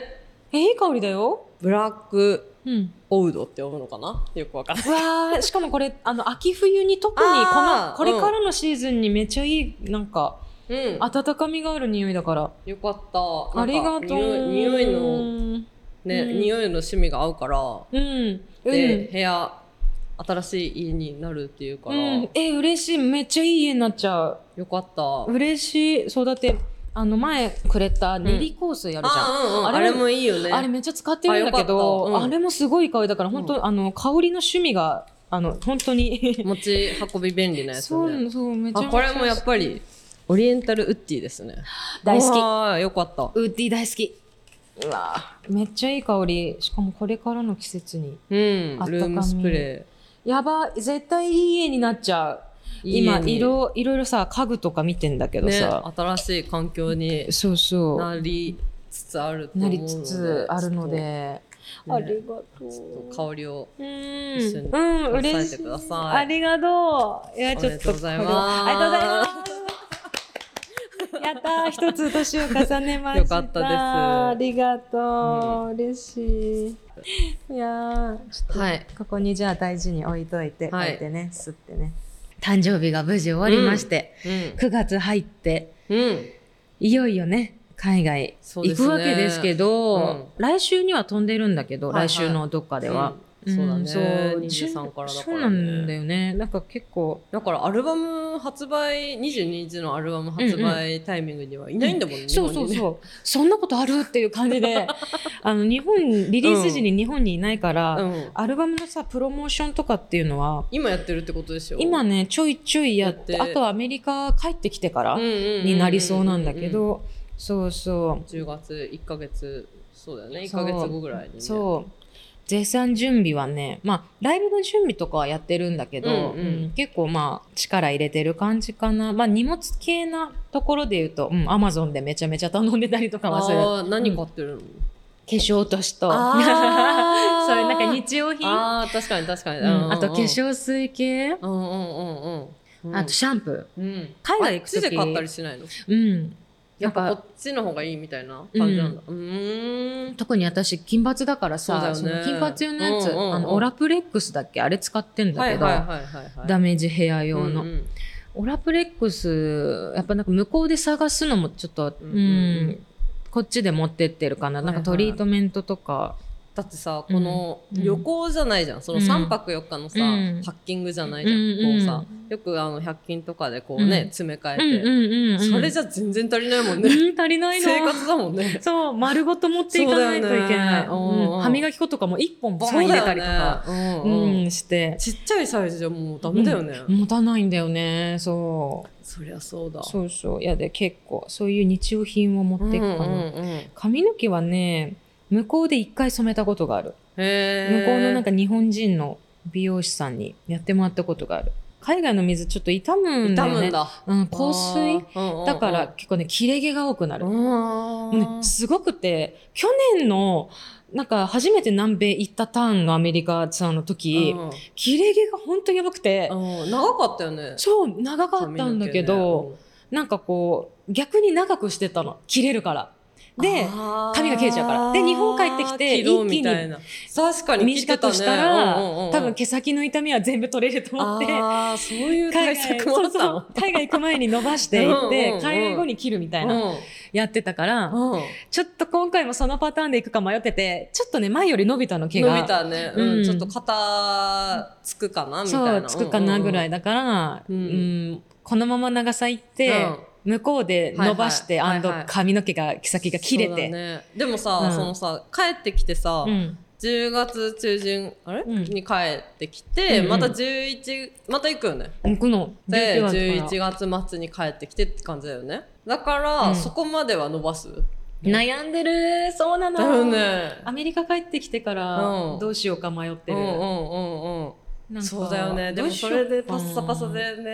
S2: え、いい香りだよ。
S3: ブラック
S2: うん。
S3: オウドって読むのかなよくわ からない。
S2: わあ、しかもこれ、あの、秋冬に特にこ
S3: あー
S2: の、これからのシーズンにめっちゃいい、なんか、
S3: うん。
S2: 温かみがある匂いだから。
S3: よかった。
S2: ありがとう。
S3: 匂い匂いの、ね、
S2: うん
S3: 匂いの趣味が合うから、
S2: うん。
S3: で、部屋、新しい家になるっていうか
S2: う
S3: ら、
S2: ん。うん。え、嬉しい。めっちゃいい家になっちゃう。
S3: よかった。あ
S2: 嬉しい。そう、だって、あの、前くれた練り香水あるじゃん
S3: あ,、うんうん、あ
S2: あれ
S3: れもいいよね。
S2: あれめっちゃ使ってるんだけどあ,、
S3: あよかったうん
S2: れもすごい香りだから本当、あの香りの趣味があの本当 に
S3: 持ち運び便利なやつ
S2: そ
S3: ね。
S2: うそうめちゃ
S3: あ、
S2: めちゃ
S3: これもやっぱり、オリエンタルウッディですね。
S2: 大好き
S3: ああ、よかった。
S2: ウッディ大好きうわめっちゃいい香りしかもこれからの季節に
S3: うん、ル
S2: あったかみ
S3: ームスプレ
S2: やばい絶対いい家になっちゃう
S3: いい家に
S2: 今色いろいろさ家具とか見てんだけ
S3: ー。
S2: ど
S3: ね
S2: さ、、
S3: 新しい環境に
S2: そうそ
S3: なりつつあると
S2: う
S3: 思
S2: な
S3: う
S2: り
S3: ので
S2: つつあるので、
S3: ちょ
S2: が
S3: っとね
S2: と
S3: ちょっと香りを
S2: う
S3: 一緒
S2: ん、
S3: に
S2: うん、嬉し
S3: て
S2: い
S3: ください
S2: ありがとう。いや、ちょっと
S3: おめでとうございます
S2: ありがとうございます。やったー、一つ年を重ねました。
S3: よかったです
S2: ありがとう、嬉しい。いやー、ちょっと、
S3: はい
S2: ここにじゃあ大事に置いといて、
S3: はい
S2: 置いてね、吸ってね。誕生日が無事終わりまして、
S3: うん、
S2: 9月入って、
S3: うん、
S2: いよいよね、海外
S3: そうで
S2: 行
S3: すね
S2: くわけですけど、
S3: うん
S2: 来週には飛んでるんだけど、
S3: はいはい
S2: 来週のどっかでは。
S3: うん
S2: うん
S3: そうだね
S2: そう
S3: 23からだか
S2: そう
S3: ら、ね、
S2: なんだよねなんか結構
S3: だからアルバム発売22日のアルバム発売タイミングにはいないんだもんね、
S2: そうそう
S3: 日本にね
S2: そうそんなことあるっていう感じ であの日本リリース時に日本にいないから、
S3: うん、
S2: アルバムのさプロモーションとかっていうのは
S3: 今やってるってことでしょ
S2: 今ねちょいちょいやって
S3: やっ
S2: あ
S3: て
S2: とアメリカ帰ってきてからに
S3: に
S2: なりそうなんだけど、そうそう
S3: 10月1ヶ月そうだよね1
S2: そう
S3: ヶ月後ぐらいにね、
S2: そう絶賛準備はねまあライブの準備とかはやってるんだけど、
S3: うんうん
S2: うん結構まあ力入れてる感じかなまあ荷物系なところで言うとアマゾンでめちゃめちゃ頼んでたりとかはする化
S3: あー何買ってるの、
S2: 粧落としとそういう
S3: あー
S2: なんか日用品あ,、
S3: あー確かに確かに、
S2: うんあと化粧水系、
S3: うんうんうんうんうん
S2: あとシャンプー
S3: うん、
S2: 海外行く
S3: あ
S2: 時
S3: っちで買ったりしないの
S2: うんな
S3: や
S2: ん
S3: っぱ
S2: か
S3: こっちの方がいいみたいな感じなんだうーん
S2: 特に私金髪だからさ
S3: そ
S2: そう
S3: だよね
S2: の金髪用のやつ、
S3: うんうんうん
S2: あのオラプレックスだっけあれ使ってんだ
S3: はい
S2: けど、
S3: はいはいはいはい
S2: ダメージヘア用の、
S3: うんうん
S2: オラプレックスやっぱなんか向こうで探すのもちょっと、
S3: う
S2: うんん
S3: うんうん
S2: こっちで持ってってるかな,、
S3: はい
S2: な
S3: は
S2: んか
S3: い
S2: トリートメントとか
S3: だってさこの
S2: うん
S3: 旅行じゃないじゃんその
S2: うん
S3: 3泊4日のさ、
S2: うん
S3: パッキングじゃないじゃん、
S2: うんうん
S3: こうさよくあの100均とかでこう
S2: う
S3: ね、
S2: ん
S3: 詰め替え
S2: う
S3: て、
S2: んうんうん、
S3: それじ
S2: ゃ、
S3: ゃ全然足りないもん
S2: う
S3: ね、
S2: ん、足りないの
S3: 生活だもんね
S2: そう丸ごと持っていかないといけない、
S3: そうだよねうん
S2: うん歯磨き粉とかも一本ボン入れたりとか
S3: そうだよね
S2: う、
S3: うんうん
S2: ん、して
S3: ちっちゃいサイズじゃもうダメだよね、
S2: 持たないんだよねそう
S3: そりゃそうだ
S2: そうそういやで結構そういう日用品を持っていくかな、
S3: うんうんうんへ
S2: 髪の毛はね向こうで一回染めたことがある、
S3: え
S2: 向こうのなんか日本人の美容師さんにやってもらったことがある海外の水ちょっと傷むんだ
S3: ダ
S2: よ
S3: ム
S2: ね
S3: だ
S2: うん、香水だから
S3: あ
S2: 結構ね切れ毛が多くなる、
S3: ーうんうんうん
S2: もうねすごくて去年のなんか初めて南米行ったターンがアメリカツアーの時、
S3: うん
S2: 切れ毛が本当にやばくて、
S3: うん長かったよね
S2: そう長かったんだけど、なんかこう逆に長くしてたの切れるからで髪が切れちゃうからで日本帰ってきて
S3: 一気に確かに切って
S2: 短
S3: たね
S2: くしたら、
S3: うんうんうん
S2: 多分毛先の痛みは全部取れると思って
S3: あーそういう
S2: 海
S3: 対
S2: 外
S3: 策もあっ た
S2: そうそう海外行く前に伸ばしていって
S3: うんうんうん
S2: 海外後に切るみたいな、やってたから、
S3: うんうん
S2: ちょっと今回もそのパターンでいくか迷っててちょっとね前より伸びたの毛が
S3: 伸びたね、うん
S2: うん
S3: ちょっと肩つくかなみた
S2: そ
S3: いうな
S2: つくかなぐらい
S3: だ
S2: だから、
S3: う
S2: うんんこのまま長さ行って、向こうで伸ばして、
S3: はいはいはいはい
S2: and 髪の毛が毛先が切れて、
S3: ね、でもさ、
S2: うん
S3: そのさ帰ってきてさ、
S2: うん
S3: 10月中旬あれ、
S2: うん
S3: に帰ってきて、
S2: うんうん
S3: また11また行くよね
S2: 向こうの
S3: で
S2: 11
S3: 11月末に帰ってきてって感じだよねだから、
S2: うん
S3: そこまでは伸ばす
S2: 悩んでるそうなの
S3: だよね
S2: アメリカ帰ってきてから
S3: うん
S2: どうしようか迷って
S3: うん
S2: る、
S3: うんうんうん
S2: なんか
S3: そうだよねでも
S2: どうし
S3: そ
S2: よう
S3: れでパッサパサでね
S2: ね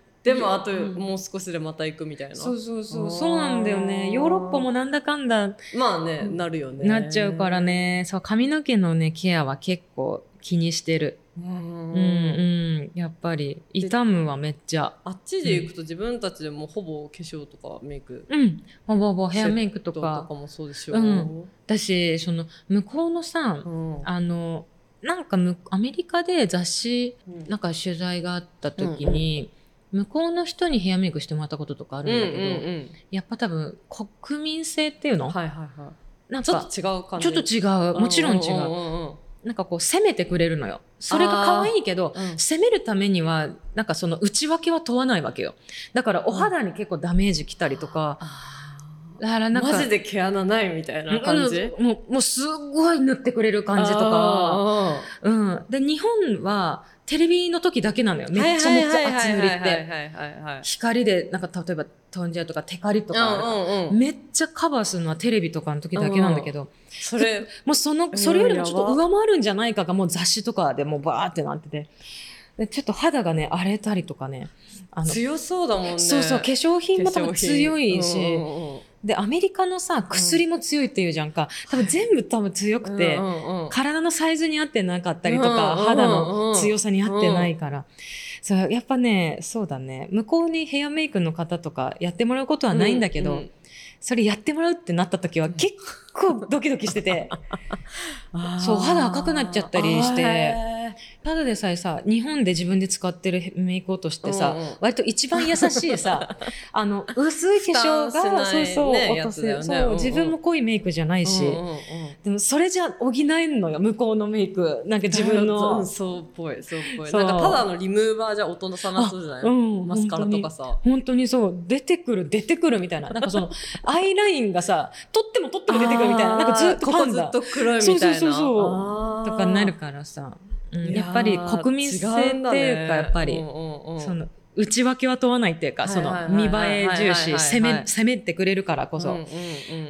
S2: え
S3: でもあと
S2: うん
S3: もう少しでまた行くみたいな、
S2: そうそうそ
S3: あー
S2: うそうなんだよねヨーロッパもなんだかんだ
S3: まあねなるよね
S2: なっちゃうからねそう髪の毛のねケアは結構気にしてる
S3: う
S2: う
S3: ん
S2: んうんやっぱり痛むはめっちゃ
S3: あっちで行くと自分たちでもほぼ化粧とかメイク
S2: うんほぼほぼヘアメイクと
S3: とか
S2: か
S3: もそうでしょう、
S2: うんだしその向こうのさ
S3: うん
S2: あのなんかむアメリカで雑誌
S3: うん
S2: なんか取材があった時に、向こうの人にヘアメイクしてもらったこととかあ
S3: うん
S2: る
S3: うんん
S2: だけど、
S3: うん
S2: やっぱ多分国民性っていうの、
S3: はいはいは
S2: なん
S3: いちょっ
S2: か
S3: と違う感
S2: ちょ
S3: じ
S2: っと違うもちろん違う,、
S3: んんんうん
S2: なんかこう責めてくれるのよそれが可愛いけど
S3: うん
S2: 責めるためにはなんかその内訳は問わないわけよだからお肌に結構ダメージきたりとか、だからなんか
S3: マジで毛穴ないみたいな感じ
S2: うんもうもうすごい塗ってくれる感じとか、
S3: あ
S2: うん、で日本はテレビの時だけなのよ
S3: ー
S2: めっちゃめっちゃ厚塗りっ
S3: はいはい
S2: て
S3: はいはいはいはい
S2: 光でなんか例えば飛んじゃうとかテカリとかあるから
S3: うんうんうん
S2: めっちゃカバーするのはテレビとかの時だけなんだけど、
S3: それ
S2: もうその
S3: ん
S2: それよりもちょっ
S3: やば
S2: と上回るんじゃないかがもう雑誌とかでもうバーってなっててでちょっと肌がね荒れたりとかねあの
S3: 強そうだもんね
S2: そうそう化粧品も多分強いし、
S3: 化粧品
S2: でアメリカのさ薬も強いっていうじゃんか、多分全部多分強
S3: うんうん
S2: くて、
S3: うんうんうん
S2: 体のサイズに合ってなかったりとか、
S3: うんうん
S2: 肌の強さに合ってないから、そうやっぱねそうだね向こうにヘアメイクの方とかやってもらうことはないんだけど、
S3: うう
S2: それやってもらうってなった時は結構ドキドキしてて。そう肌赤くなっちゃったりして
S3: あーへー
S2: ただでさえさ日本で自分で使ってるメイク落としってさ、
S3: うんうん
S2: 割と一番優しい さあの薄い化粧
S3: 負
S2: が、
S3: 担し
S2: そうそ
S3: ない
S2: う
S3: ね
S2: 落とせ
S3: やつだよね
S2: そう
S3: うんうん
S2: 自分も濃いメイクじゃないし、
S3: うんうんうん
S2: でもそれじゃ補えんのよ向こうのメイクなんか自分
S3: う
S2: の
S3: ん。 そうっぽいそうっぽい
S2: そう
S3: なんかただのリムーバーじゃ大人さなそうじゃない、
S2: うん
S3: マスカラとかさ
S2: 本当にそう出てくる出てくるみたいななんかそのアイラインがさ取っても取っても出てくるみたいななんかずっとパンダ
S3: ここずっと黒いみたいな
S2: そうそうそうそう
S3: あー
S2: とかなるからさ、うん
S3: いー
S2: やっぱり国民性っていうか
S3: 違んだね
S2: やっぱり、
S3: うんうんうん
S2: その内訳は問わないっていうか、
S3: はい
S2: そ
S3: はいはい
S2: の見栄え重
S3: はいはいはい
S2: 視
S3: はい
S2: 攻め攻めてくれるからこそ、
S3: うんうん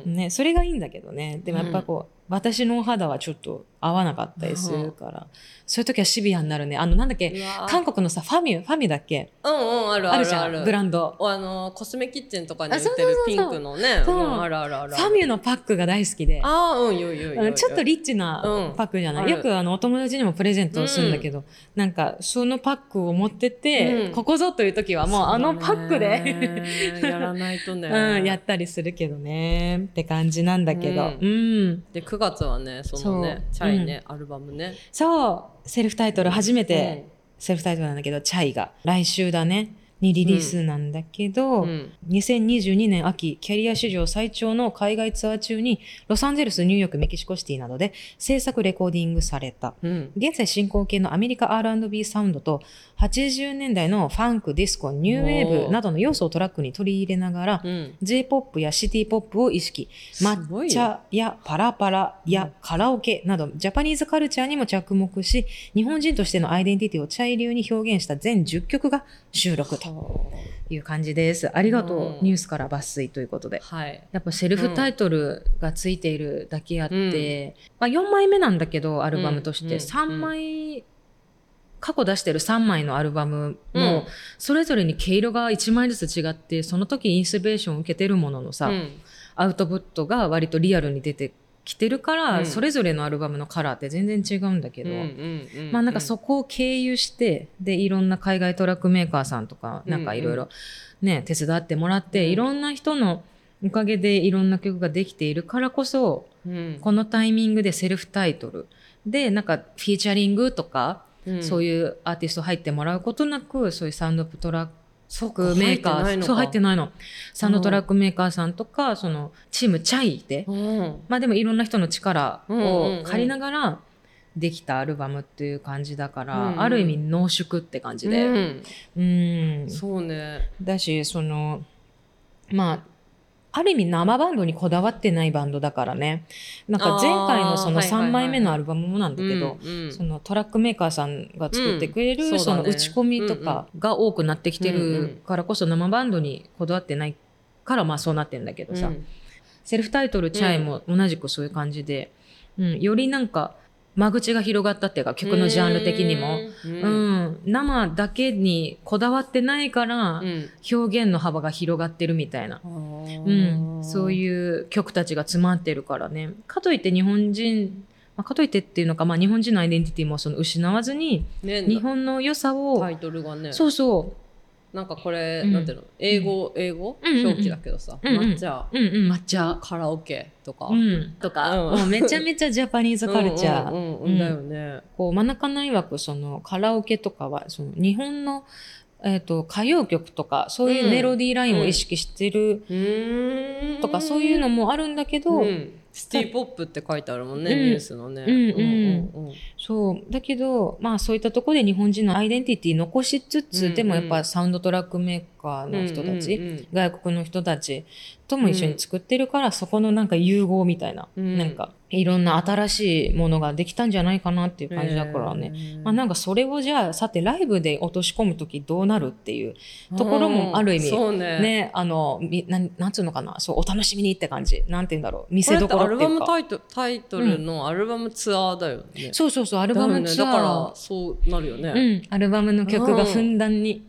S3: うん
S2: ね、それがいいんだけどねでもやっぱこう、私のお肌はちょっと合わなかったりするから、そういう時はシビアになるねあのなんだっけ
S3: うわー
S2: 韓国のさファミュファミュだっけ
S3: うんうんある
S2: あ
S3: あ
S2: るじ
S3: る
S2: ゃ
S3: あ
S2: ん
S3: る
S2: ブランド
S3: あのコスメキッチンとかに売っ
S2: あそう
S3: て
S2: そうそう
S3: る
S2: そう
S3: ピンクのね
S2: そう
S3: うんあるあるある
S2: ファミュのパックが大好きで
S3: ああうんよいよいよいよ
S2: うんちょっとリッチなパックじゃない、
S3: うん
S2: よくあのお友達にもプレゼントをするんだけど、なんかそのパックを持ってって、
S3: うん
S2: ここぞという時はもうあのパックで、
S3: そう だねやらないとね、
S2: うん、やったりするけどねって感じなんだけど、う
S3: うんで9月はねそのねチ
S2: そう
S3: ャイね、アルバムね
S2: そうセルフタイトル初めて、セルフタイトルなんだけど「チャイ」が来週だねにリリースなんだけ
S3: う
S2: ど、
S3: んうん
S2: 2022年秋キャリア史上最長の海外ツアー中にロサンゼルスニューヨークメキシコシティなどで制作レコーディングされた
S3: うん
S2: 現在進行形のアメリカ R&B サウンドと80年代のファンクディスコニューウェーブなどの要素をトラックに取り入れながら
S3: うん
S2: J-POP やシティポップを意識
S3: すご
S2: 抹
S3: いよ
S2: 茶やパラパラ
S3: う
S2: や
S3: ん
S2: カラオケなどジャパニーズカルチャーにも着目し日本人としてのアイデンティティをチャイ流に表現した全10曲が収録という感じですありがと
S3: う
S2: うんニュースから抜粋ということで
S3: はい
S2: やっぱセルフタイトルがついているだけあって、まあ、4枚目なんだけどアルバムとし
S3: うんう
S2: て
S3: ん
S2: 3枚、過去出してる3枚のアルバム
S3: も
S2: もそれぞれに毛色が1枚ずつ違ってその時インスピレーションを受けてるものの
S3: う
S2: さ、
S3: ん
S2: アウトプットが割とリアルに出てきてるから、
S3: うん
S2: それぞれのアルバムのカラーって全然違うんだけど、
S3: うんうんうん
S2: まあなんかそこを経由してでいろんな海外トラックメーカーさんとか
S3: うん
S2: なんかいろいろね手伝ってもらって
S3: うん
S2: いろんな人のおかげでいろんな曲ができているからこそ
S3: うん
S2: このタイミングでセルフタイトルでなんかフィーチャリングとかそう
S3: い
S2: いうアーティスト入ってもらうことなくそういうサウンドトラッ
S3: そ
S2: クメーカーそう入って
S3: な
S2: ないのサウンドトラックメーカーさんとかそのチームチャイで
S3: いうん
S2: まあでもいろんな人の力
S3: うんうん
S2: を
S3: うん
S2: 借りながらできたアルバムっていう感じだから、
S3: うんうん
S2: ある意味濃縮って感じで、
S3: う
S2: うん
S3: んそうね
S2: だしそのまあある意味生バンドにこだわってないバンドだからねなんか前回のその
S3: あーはいはいはい
S2: 3枚目のアルバムもなんだけど、
S3: うんうん
S2: そのトラックメーカーさんが作ってくれる、
S3: うん
S2: その
S3: そうだね
S2: 打ち込みとかが多くなってきて
S3: うんう
S2: る
S3: ん
S2: からこそ生バンドにこだわってないからまあそうなってるんだけどさ、
S3: うん
S2: セルフタイトル「チャイ」も同じくそういう感じで、うんよりなんか間口が広がったっていうか曲のジャンル的にも、
S3: う
S2: うんん生だけにこだわってないから
S3: うん
S2: 表現の幅が広がってるみたいな、うんそういう曲たちが詰まってるからねかといって日本人、まあ、かといってっていうのか、まあ、日本人のアイデンティティもその失わずに
S3: う、ね、
S2: 日本の良さを、
S3: タイトルがね
S2: そうそ
S3: なんかこれ、
S2: うん
S3: なんていうの英語、英語、
S2: うんうんうん
S3: 表記だけどさ、
S2: うんうん
S3: 抹茶
S2: う、うんうん、抹茶、
S3: カラオケとか、
S2: うん、とか、
S3: うん
S2: もうめちゃめちゃジャパニーズカルチャー。
S3: うんうんうん
S2: うん
S3: だよね、
S2: こう真中の曰くそのカラオケとかはその日本の、えー、と歌謡曲とかそういうメロディーラインを意識してる
S3: うん
S2: とか、そういうのもあるんだけど、
S3: うんシティポップって書いてあるもんね、
S2: うん
S3: ニュースのね、
S2: うん
S3: うんうん
S2: そうだけど、まあ、そういったところで日本人のアイデンティティ残しつつ、
S3: うん
S2: でもやっぱサウンドトラックメーカーの人たち、外国の人たちとも一緒に作ってるから、そこのなんか融合みたいな、
S3: うん
S2: なんかいろんな新しいものができたんじゃないかなっていう感じだからね。、まあ、なんかそれをじゃあさてライブで落とし込む時どうなるっていうところもある意味
S3: うんそうね
S2: ねあのみなんなんつうのかなそうお楽しみにって感じなんて言うんだろう見せ
S3: これっ
S2: ど
S3: て
S2: こ
S3: ア
S2: ろ
S3: ル
S2: って
S3: バ
S2: いう
S3: ム
S2: か
S3: タイトタイトルのアルバムツアーだよね、
S2: そうそうそうアル
S3: だ
S2: バ
S3: よね
S2: ムツアー
S3: だからそうなるよね、
S2: うん、アルバムの曲が
S3: うん
S2: ふんだんに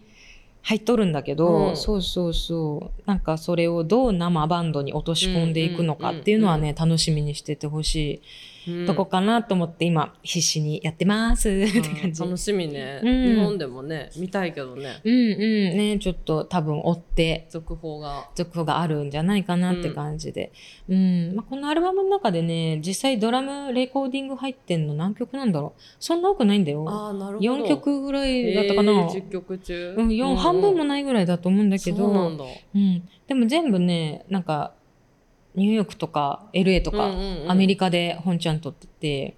S2: 入っとるんだけど、
S3: うん
S2: そうそうそうなんかそれをどう生バンドに落とし込んでいくのかっていうのはね、楽しみにしててほしい
S3: うん
S2: どこかなと思って今必死にやってますって感じ。
S3: あー楽しみね、
S2: うん
S3: 日本でもね見たいけどね
S2: うんうん ねちょっと多分追って
S3: 続報が
S2: 続報があるんじゃないかなって感じで、うんまあ、このアルバムの中でね実際ドラムレコーディング入ってんの何曲なんだろうそんな多くないんだよ
S3: ああなるほど
S2: 4曲ぐらいだったかな、
S3: えー10曲中、
S2: うん、4半分も
S3: い
S2: ないぐらいだと思うんだけど、
S3: そう
S2: う
S3: なんんだ
S2: でも全部ねなんかニューヨークとか LA とか、アメリカで本ちゃん撮ってて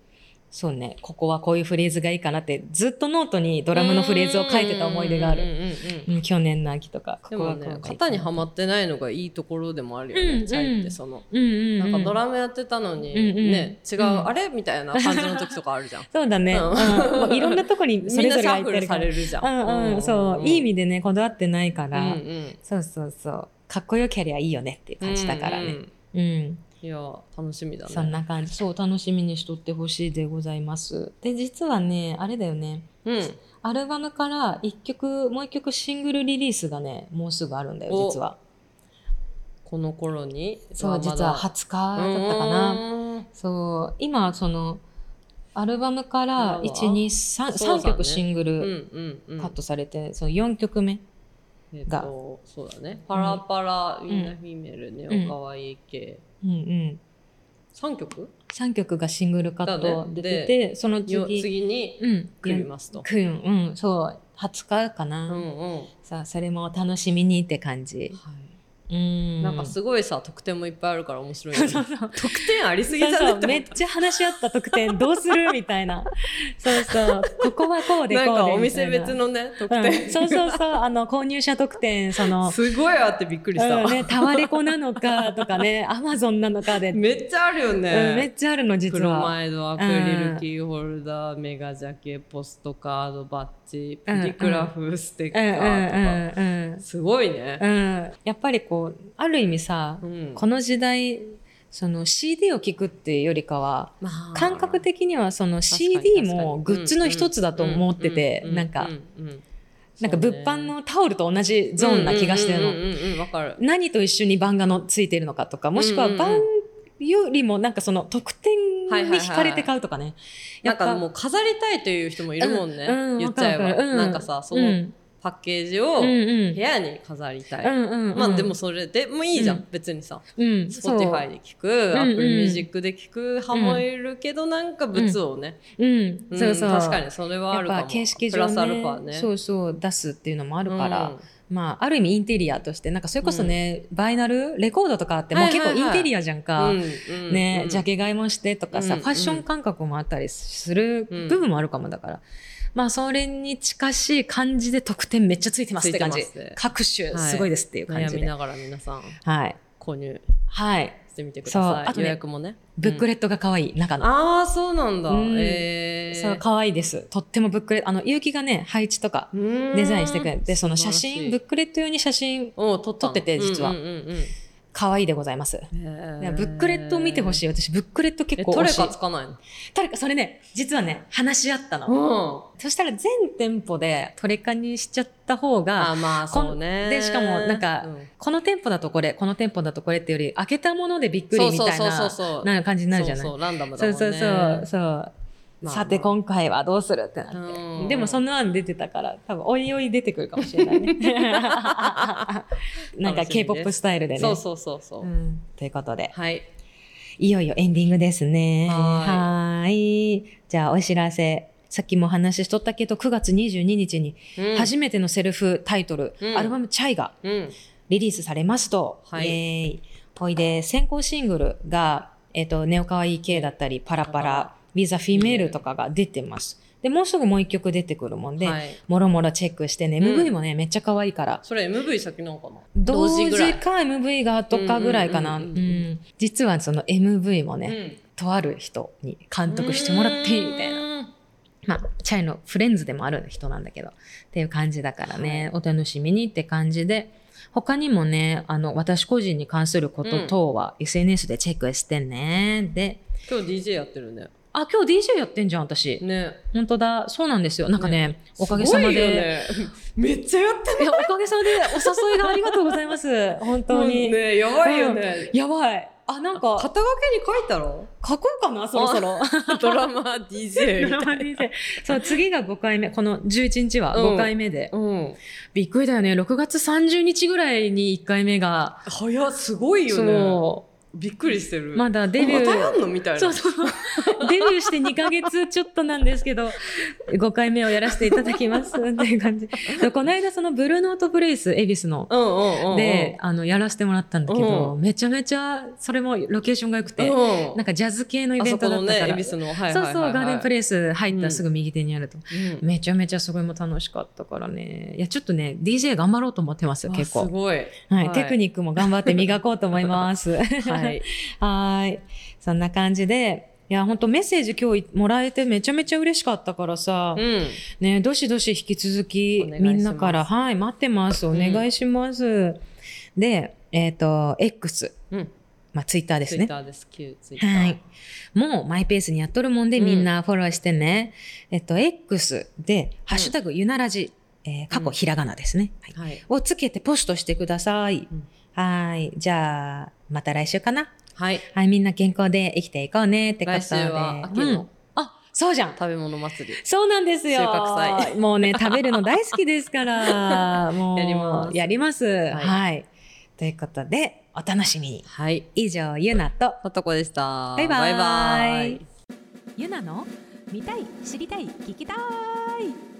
S2: そうねここはこういうフレーズがいいかなってずっとノートにド
S3: ド
S2: ラムのフレーズを書いてた思い出がある。
S3: る
S2: うん去年の秋とか、こ
S3: で
S2: こ
S3: も
S2: はこう
S3: ね
S2: がいいか
S3: 型にはまってないのがいいところでもあるよね、
S2: うんうん
S3: チャイってその
S2: うんうん、う。
S3: なんんかドラムやってたのに、
S2: うんうん
S3: ね違う、
S2: うん
S3: あれみたいな感じの時とかあるじゃん
S2: そうだね。
S3: うん
S2: うんもういろんなとこに そ
S3: み
S2: れ
S3: んな
S2: ぞ
S3: シ
S2: れ
S3: ャ
S2: 入
S3: ッ
S2: っ
S3: フ
S2: てる
S3: ルさ
S2: から
S3: れ。るじゃん
S2: うんうん、そう。いい意味
S3: で
S2: でね、こだわってないから、
S3: うんうん、
S2: そうそうそう。かっこよけりゃいいよねっていう感じだから
S3: うんう
S2: ね。
S3: ん
S2: うん、
S3: いや楽しみだね
S2: そんな感じ。そう、楽しみにしとってほしいでございます。で、実はね、あれだよね。
S3: うん
S2: アルバムから一曲、もう一曲シングルリリースがね、もうすぐあるんだよ、
S3: お
S2: 実は。
S3: この頃に
S2: そう、実は
S3: っ
S2: 20日だったかな。そう今そのアルバムから
S3: まあそうだね
S2: 123曲シング
S3: うんう
S2: ル
S3: んうん
S2: カットされて、その4曲目
S3: えっとそうだねパラパラウィンナーフィメルネオかわいい系
S2: うんうん
S3: 三曲
S2: 3曲がシングルカッ
S3: だ
S2: ト
S3: ね
S2: で出てて、その
S3: よ
S2: 次
S3: 次に
S2: うん
S3: 来りますと
S2: くんうんそう20日か
S3: う
S2: な、
S3: んうんは
S2: さあそれもお楽しみにって感じうん
S3: いなんかすごいさ特典もいっぱいあるから面白いよ
S2: そう
S3: ね
S2: そうそう
S3: 特典ありすぎ
S2: そう
S3: じゃ
S2: そ
S3: な
S2: う
S3: い
S2: めっちゃ話し合った特典どうするみたいなそうそうここはこうでこうで
S3: なんかお
S2: みた
S3: 店
S2: いな
S3: 別のね特
S2: うん
S3: 典
S2: そうそうそうあの購入者特典その
S3: すごいあってびっくりした
S2: うんね、タワレコなのかとかね、アマゾンなのかで、
S3: めっちゃあるよ
S2: うんめ
S3: ね
S2: っちゃあるの、
S3: プ
S2: 実
S3: ロ
S2: は。
S3: マイドアクリルキーホルダーメガジャケポストカードバッジプリクラフステッカ
S2: うんうん
S3: ーとか、
S2: うんうん
S3: すごいね。
S2: うんやっぱりこう、ある意味さ、
S3: うん
S2: この時代、その CD を聴くっていうよりかは、
S3: まあ
S2: 感覚的にはその
S3: 確かに
S2: CD
S3: 確かに
S2: もグッズの一つだと思ってて、
S3: ううう
S2: なんか
S3: う、ううん
S2: なんか
S3: そ
S2: 物
S3: うね
S2: 販のタオルと同じゾーンな気がしてるの。
S3: うんうんうんうんわかる。
S2: 何と一緒に版画のついてるのかとかもしくは版よりもなんかその特典に惹かれて買うとかね。や
S3: な
S2: っ
S3: ん
S2: ぱ
S3: かもう飾りたいという人もいるもんね。
S2: うんうん
S3: 言っちゃえば、
S2: わかるわかる
S3: なんかさ、そうの
S2: ん
S3: パッケージを
S2: うん
S3: 部
S2: うん
S3: 屋に飾りたい。
S2: うんうんうん
S3: まあでもそれでもういいじゃん、
S2: うん
S3: 別にさ
S2: うん、
S3: Spotify で聞く、Apple Music で聞く派もいるけど、なんか物をね、
S2: そう,、うん
S3: うん
S2: そうそう
S3: 確かにそれはあ
S2: やっ
S3: るかも
S2: ぱ形式
S3: プ
S2: 上
S3: ラスアルファね
S2: そうそう出すっていうのもあるから、
S3: うん
S2: まあある意味インテリアとしてなんかそれこそね、バイナルレコードとかあってもう
S3: はい
S2: 結
S3: はいは
S2: 構
S3: い
S2: インテリアじゃんか、
S3: うんうん
S2: ね
S3: うん
S2: ジャケ買いもしてとかさ、
S3: うん
S2: ファッション感覚もあったりする部分もあるかもだから、まあそれに近しい感じで得点めっちゃついてますって感じ
S3: ついてますね
S2: 各種すごいですっていう感
S3: 悩
S2: じ
S3: み
S2: で、はい
S3: ながら皆さん
S2: はい
S3: 購入してみてくだ
S2: そう
S3: さい
S2: あとね
S3: 予約もね
S2: ブック
S3: レ、
S2: レットが可愛い中
S3: うん
S2: の、
S3: ああそうなんだ、
S2: うん
S3: えー、
S2: そう可愛いですとってもブックレットあの結城がね配置とかデ
S3: デ
S2: ザインしてくれてその写真ブックレット用に写真
S3: を撮ったの
S2: 撮ってて実は
S3: うんうんうんうん
S2: 可愛いでございます、だからブックレットを見てほしい私ブックレット
S3: え
S2: 結構
S3: ト
S2: 推
S3: レ
S2: し
S3: カつかないの
S2: トレカそれね実はね話し合ったの、
S3: うん
S2: そしたら全店舗でトレカにしちゃった方が、
S3: あまあそうね
S2: こんでしかもなんか
S3: うん
S2: この店舗だとこれ、この店舗だとこれってより、開けたものでびっくりみたい
S3: そうそう
S2: な
S3: そうそう
S2: なんか感じになるじゃない
S3: そうそうランダムだ
S2: そ
S3: も
S2: うん
S3: ね
S2: そうそう。そう
S3: まあ
S2: さて、今回はどうするってなって。
S3: うん
S2: でも、その案出てたから、多分、おいおい出てくるかもしれない ね。なんか、
S3: 楽しみです
S2: K-POP スタイルでね。
S3: そうそうそうそう、
S2: うんということで、
S3: はい
S2: いよいよエンディングですね。
S3: は
S2: はーい。じゃあ、お知らせ。さっきもお話ししとったけど、9月22日に、
S3: うん
S2: 初めてのセルフタイトル、
S3: うん
S2: アルバム、チャイが、
S3: うん
S2: リリースされますと、
S3: はい
S2: イエーイほいで先行シングルが、えっとネオカワイイ系だったりパラパ
S3: パラパ
S2: ラビザフィメールとかが出てますでもうすぐもう一曲出てくるもんで、
S3: はい、
S2: もろもろチェックしてね、
S3: うん
S2: MV もねめっちゃ可愛いから
S3: それ MV 先なのかな
S2: 同時
S3: ぐらい
S2: か MV がとかぐらいかな、
S3: う
S2: うんん
S3: うんうんうん
S2: 実はその MV もね、
S3: ね、
S2: とある人に
S3: うん
S2: 監督してもらってみたいな
S3: な
S2: まあ、チャイのフレンズでもある人なんだけど、っていう感じだからね、お楽しみにって感じで、他にもね、あの、私個人に関すること等は SNS でチェックしてね。で、
S3: 今日 DJ やってるね
S2: あ、今日 DJ やってんじゃん、私。
S3: ね
S2: 本当だ、そうなんですよ。なんかね、おかげ
S3: す
S2: さ
S3: ご
S2: ま
S3: いよ
S2: で、
S3: ね、めっちゃやって
S2: いや おかげさまでお誘いがありがとうございます。本
S3: る
S2: 当に。
S3: ねやばいよね、
S2: やばい。あ、なんか、
S3: 肩書きに書いたろ
S2: 書こうかな、そろそろ。
S3: ドラマ DJ みたいな。
S2: そう、次が5回目。この11日は5回目で。
S3: うん。
S2: びっくりだよね。6月30日ぐらいに1回目が。
S3: 早っすごいよね。
S2: そ
S3: びっくりして
S2: う。
S3: る。
S2: まだデビュ
S3: またや
S2: ー。
S3: んのみたいな。
S2: そうそう。 デビューして2ヶ月ちょっとなんですけど、5回目をやらせていただきますっていう感 じ。この間そのブルーノートプレイス、恵比寿の。
S3: うんうんうんうん。
S2: で、あの、やらせてもらったんだけど、
S3: う
S2: めちゃめちゃ、それもロケーションが良くて、
S3: うん
S2: なんかジャズ系のイ
S3: あ
S2: ベ
S3: そ
S2: ン
S3: こ
S2: トだ
S3: の
S2: った
S3: ね
S2: か、
S3: 恵
S2: ら。
S3: 比寿の、はい
S2: そうそう、ガーデンプ
S3: レ
S2: レイス入っ
S3: う
S2: た
S3: ん
S2: すぐ右手にあると。
S3: イ。うん
S2: めちゃめちゃそれも楽しかったからね。いや、ちょっとね、DJ 頑張ろうと思ってますよ、
S3: あ
S2: 結
S3: す
S2: 構。
S3: ごい。
S2: はい。テクニックも頑張って磨こうと思います。
S3: は。い。
S2: はーい。そんな感じで。いや、本当メッセージ今日もらえてめちゃめちゃ嬉しかったからさ。
S3: うん。
S2: ね、どしどし引き続き
S3: お願いしま
S2: み
S3: す
S2: んなから、はい、待ってます。お願いします。で、えっ、と、X、
S3: うん。
S2: まあ、ツイッターです
S3: ツイッ
S2: ね。
S3: ターです、旧ツイッター。
S2: はい。。もうマイペースにやっとるもんで、
S3: うん
S2: みんなフォローしてね。えっと、X で、ハッシュタグ、ゆならじ、えー過去ひらがなですね。はい
S3: はい。
S2: をつけてポストしてください。
S3: うん
S2: はーい。じゃあ、また来週かな。
S3: はい。
S2: はい、みんな健康で生きていこうねってことで。
S3: 来週は秋
S2: う
S3: の
S2: んあ、そうじゃん。
S3: 食べ物祭り。
S2: そうなんですよ。
S3: 収穫祭
S2: もうね、食べるの大好きです から、もう、
S3: やります
S2: やります。はいい、ということで、お楽しみに。
S3: はい。
S2: 以上、ゆなと、
S3: さとこでした。
S2: バイバイ
S3: バイバイ
S1: ゆなの見たい知りたい聞きたい